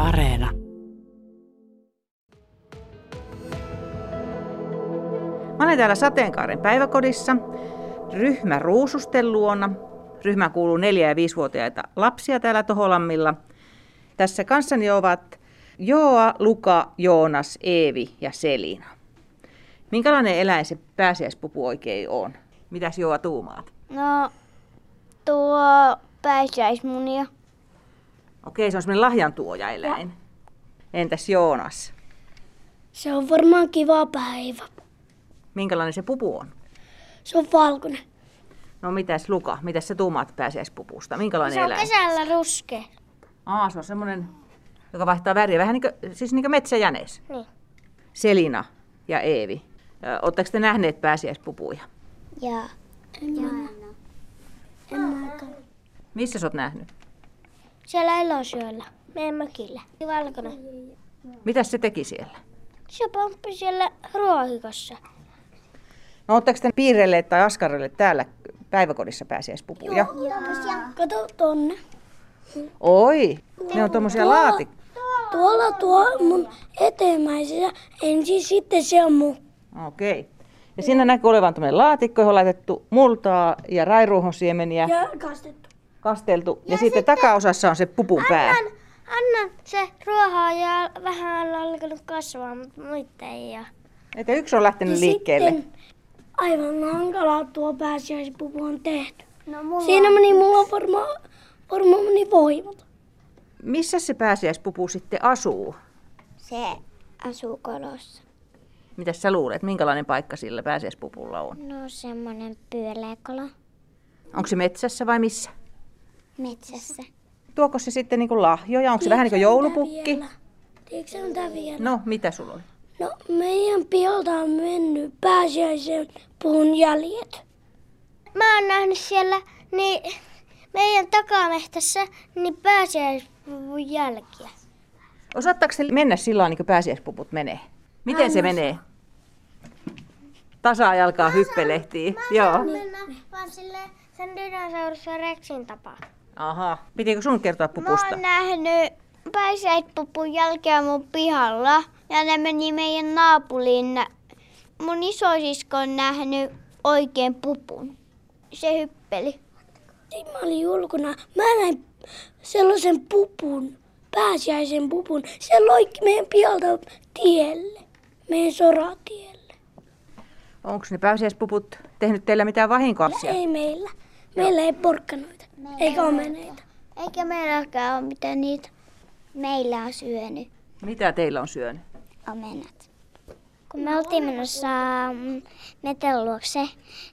Areena. Mä olen täällä Sateenkaaren päiväkodissa, ryhmä Ruususten luona. Ryhmä kuuluu 4- ja 5-vuotiaita lapsia täällä Toholammilla. Tässä kanssani ovat Joa, Luka, Joonas, Eevi ja Selina. Minkälainen eläin se pääsiäispupu oikein on? Mitäs Joa tuumaat? No, tuo pääsiäismunia. Okei, se on semmoinen lahjantuoja-eläin. Entäs Joonas? Se on varmaan kiva päivä. Minkälainen se pupu on? Se on valkoinen. No mitäs Luka, mitäs sä tuumaat pääsiäispupusta? Minkälainen Se on eläin? kesällä ruskea. Aa, se on semmoinen, joka vaihtaa väriä. Vähän niin kuin, siis niin kuin metsäjänes. Niin. Selina ja Eevi, ö, ootteko te nähneet pääsiäispupuja? Jaa. Missä sä oot nähnyt? Siellä Elosyöllä. Meidän mökillä. Niin Valkoinen. Mitäs se teki siellä? Se pomppi siellä ruohikossa. No ootteko te piirrelleet tai askarelleet täällä päiväkodissa pääsiäispupuja? Kato tonne. Oi, ne on tommosia laatik... Tuolla tuo mun etemäisessä. Ensin sitten se on mun. Okei. Ja siinä näkyy olevan tämmöinen laatikko, johon on laitettu multaa ja rairuohonsiemeniä, Ja kastettu. kasteltu. Ja, sitten, takaosassa on se pupun pää. Anna se ruohaa ja vähän on alkanut kasvaa, mutta muita ei ole. Että yksi on lähtenyt liikkeelle. aivan hankala tuo pääsiäispupu on tehty. No, mulla Siinä meni mulla varmaan varma meni voimat. Missä se pääsiäispupu sitten asuu? Se asuu kolossa. Mitä sä luulet, minkälainen paikka sillä pääsiäispupulla on? No semmonen pyöleekolo Onko se metsässä vai missä? metsässä. Tuoko se sitten niin lahjoja? Onko se vähän niin kuin joulupukki? Tiedätkö on tää vielä? No, mitä sulla oli? No meidän piolta on mennyt pääsiäisen puun jäljet. Mä oon nähnyt siellä niin meidän takamettässä niin pääsiäispuvun jälkiä. Osaattaako se mennä sillä lailla, niin kuin pääsiäispuput menee? Miten se menee? Tasajalkaa hyppelehtii. Joo. Mennä vaan silleen sen dinosauruksen Rexin tapaa. Aha. Pitikö sun kertoa Mä pupusta? oon nähnyt pääsiäispupun jälkeä mun pihalla ja ne meni meidän naapuriin. nä- Mun isosisko on nähnyt oikein pupun. Se hyppeli. Mä olin ulkona. Mä näin sellaisen pupun, pääsiäisen pupun. Se loikki meidän pialta tielle, meidän soratielle. Onko ne pääsiäispuput tehnyt teillä mitään vahinkoa siellä? Ei meillä. Meillä ei porkkanoita, eikä omeneita. Eikä meilläkään ole mitään niitä. Meillä on syönyt Mitä teillä on syönyt? omenat. Kun me oltiin menossa mm, meten luokse,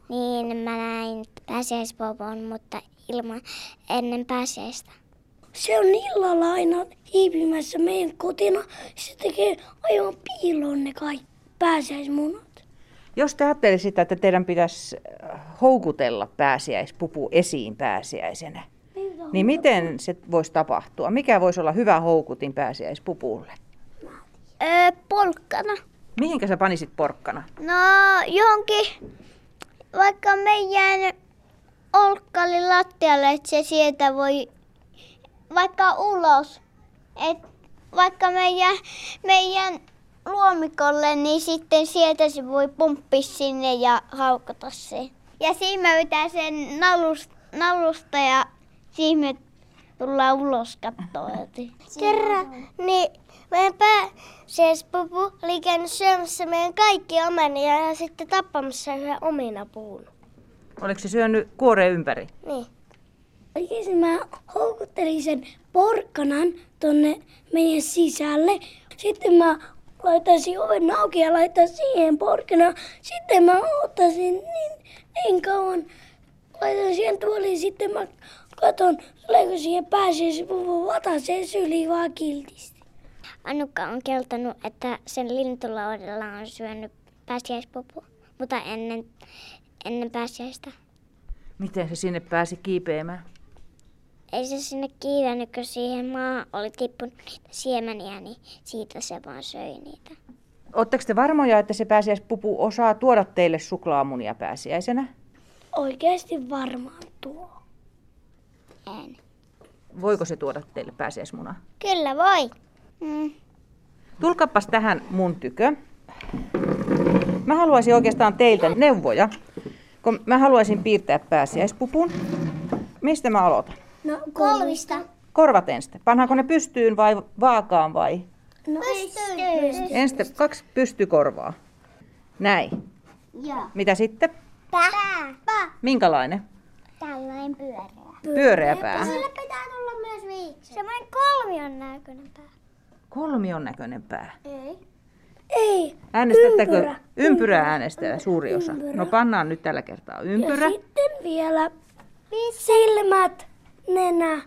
niin mä näin pääsiäispopon, mutta ilman ennen pääsiäistä. Se on illalla aina hiipimässä meidän kotina. Se tekee aivan piiloon ne kaikki pääsiäismunat. Jos te ajattelisitte, että teidän pitäisi äh, houkutella pääsiäispupu esiin pääsiäisenä, niin miten se voisi tapahtua? Mikä voisi olla hyvä houkutin pääsiäispupulle? Öö, polkkana. Mihinkä sä panisit porkkana? No johonkin, vaikka meidän olkkali lattialle, että se sieltä voi vaikka ulos. Et vaikka meidän, meidän luomikolle, niin sitten sieltä se voi pomppia sinne ja haukata sen. Ja siinä mä vetän sen nalusta, nalusta ja siinä me tullaan ulos kattoa. Kerran, niin meidän pääsiäispupu oli käynyt syömässä meidän kaikki omenia ja sitten tappamassa yhden omenapuun. Oliko se syönyt kuoreen ympäri? Niin. Oikeasti mä houkuttelin sen porkkanan tonne meidän sisälle. Sitten mä laittaisin oven auki ja laittaisin siihen porkkana. Sitten mä ottaisin niin, niin kauan. Laitan siihen tuoliin, sitten mä katon, tuleeko siihen pääsee se pupu vataseen syliin vaan kiltisti. Annukka on keltonut, että sen lintulaudella on syönyt pääsiäispupu, mutta ennen, ennen pääsiäistä. Miten se sinne pääsi kiipeämään? Ei se sinne kiivennyt, kun siihen maahan oli tippunut niitä siemeniä, niin siitä se vaan söi niitä. Oletteko te varmoja, että se pääsiäispupu osaa tuoda teille suklaamunia pääsiäisenä? Oikeasti varmaan tuo. En. Voiko se tuoda teille pääsiäismunaa? Kyllä voi. Mm. Tulkapas tähän mun tykö. Mä haluaisin oikeastaan teiltä neuvoja, kun mä haluaisin piirtää pääsiäispupun. Mistä mä aloitan? No, Kolmista. Korvat ensin. Pannaanko ne pystyyn vai vaakaan vai? No, Pystyy. Ensin kaksi pystykorvaa. Näin. Joo. Mitä sitten? Pää. Pää. Minkälainen? Tällainen pyöreä. Pyöreä pää. Sillä pitää tulla myös viiksi. Semmoinen kolmion näköinen pää. Kolmion näköinen pää. Ei. ei. Äänestättekö? Ympyrä. Ympyrää äänestää suuri osa. Ympyrä. No pannaan nyt tällä kertaa Ja ympyrä. sitten vielä silmät, nenä,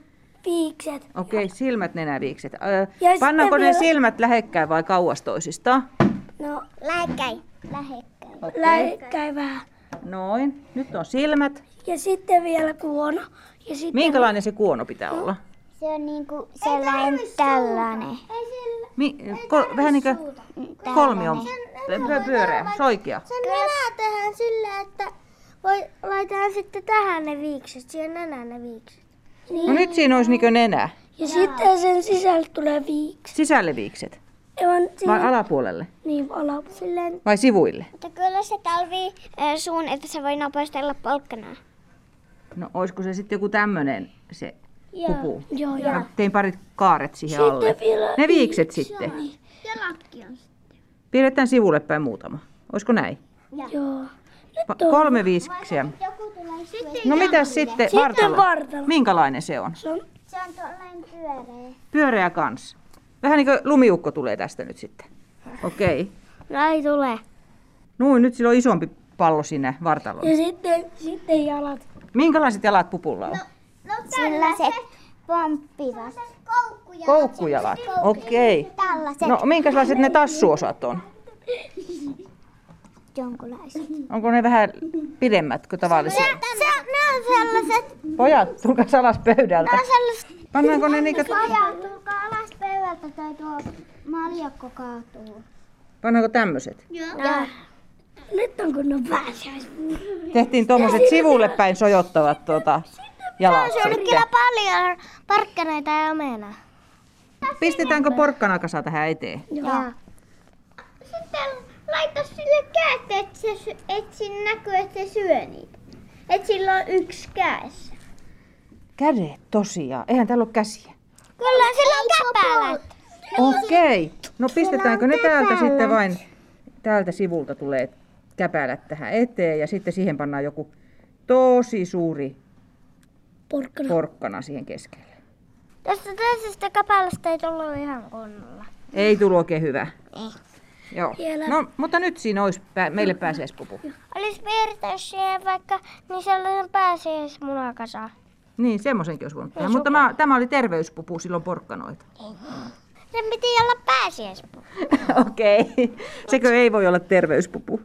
viikset. Okei, silmät, nenä, viikset. Öö, sitten pannaanko ne vielä- silmät lähekkäin vai kauas toisistaan? No, Lähekkäin. Lähekkäin. lähekkäin vähän. Noin. Nyt on silmät. Ja sitten vielä kuono. Ja sitten Minkälainen se kuono pitää No. olla? Se on niinku sellainen tällainen. Mi- kol- vähän niin kuin kolmion pö- pyöreä, soikea. Sen nenä tehdään sillä, että voi, laitetaan sitten tähän ne viikset, siihen nenään ne viikset. No nyt siinä olisi niin nenä. Ja sitten sen sisältä tulee viiksi. Sisälle viikset. Evan, Vai siinä, alapuolelle? niin, ala. Silleen, Vai sivuille? Mutta kyllä se talvi suun, että se voi napastella polkkanaa. No olisiko se sitten joku tämmöinen se pupu? joo, ja, Mä tein parit kaaret siihen Sitten alle. vielä Ne viikset sitten. Ja lakki on. Piirretään sivulle päin muutama. Olisiko näin? joo. Pa- kolme viiksiä. Joku tulee sitten. No mitäs sitten Sitten vartalo? vartalo. Minkälainen se on? Se on Se on tuollainen pyöreä. Pyöreä kans. Vähän niin kuin lumiukko tulee tästä nyt sitten. Okei. No ei tule. Noin, nyt sillä on isompi pallo sinne vartaloon. ja sitten, sitten jalat. Minkälaiset jalat pupulla on? No Sellaiset pomppivat. Koukkujalat. Koukkujalat. Okei. Tällaiset No minkälaiset ne tassuosat on? jonkunlaiset. Onko ne vähän pidemmät kuin tavallisia? Se on, ne on sellaiset. Pojat, tulkaa alas pöydältä. on sellaiset. Pannaanko ne niinku, Pojat, tulkaa alas pöydältä tai tuo maljakko kaatuu. pannaanko tämmöiset? Joo. No. Nyt on kunnon pääsiäisvuoro. Tehtiin tuommoiset sivulle päin sojottavat tuota jalat Se oli sitten. kyllä paljon parkkareita ja omenaa. Pistetäänkö porkkanakasa tähän eteen? Joo. Sitten laita sille kättä, että se, sy- et siinä näkyy, että se syö niitä. Että sillä on yksi kädessä. Kädet tosiaan. Eihän täällä ole käsiä. Kyllä sillä on käpälät. Okei. No pistetäänkö ne täältä sitten vain? Täältä sivulta tulee käpälät tähän eteen ja sitten siihen pannaan joku tosi suuri Porkkana. porkkana siihen keskelle. Tästä toisesta käpälästä ei tullut ihan kunnolla. Ei tullut oikein hyvä. Joo. Vielä. No, mutta nyt siinä olisi pää- meille pääsiäispupu. Olisi piirtää siihen vaikka niin sellaisen pääsiäismunakasa. Niin, semmoisenkin olisi voinut tehdä. Mutta mä, tämä oli terveyspupu, silloin porkkanoita. Sen piti olla pääsiäispuku. Okei. Sekö ei voi olla terveyspupu?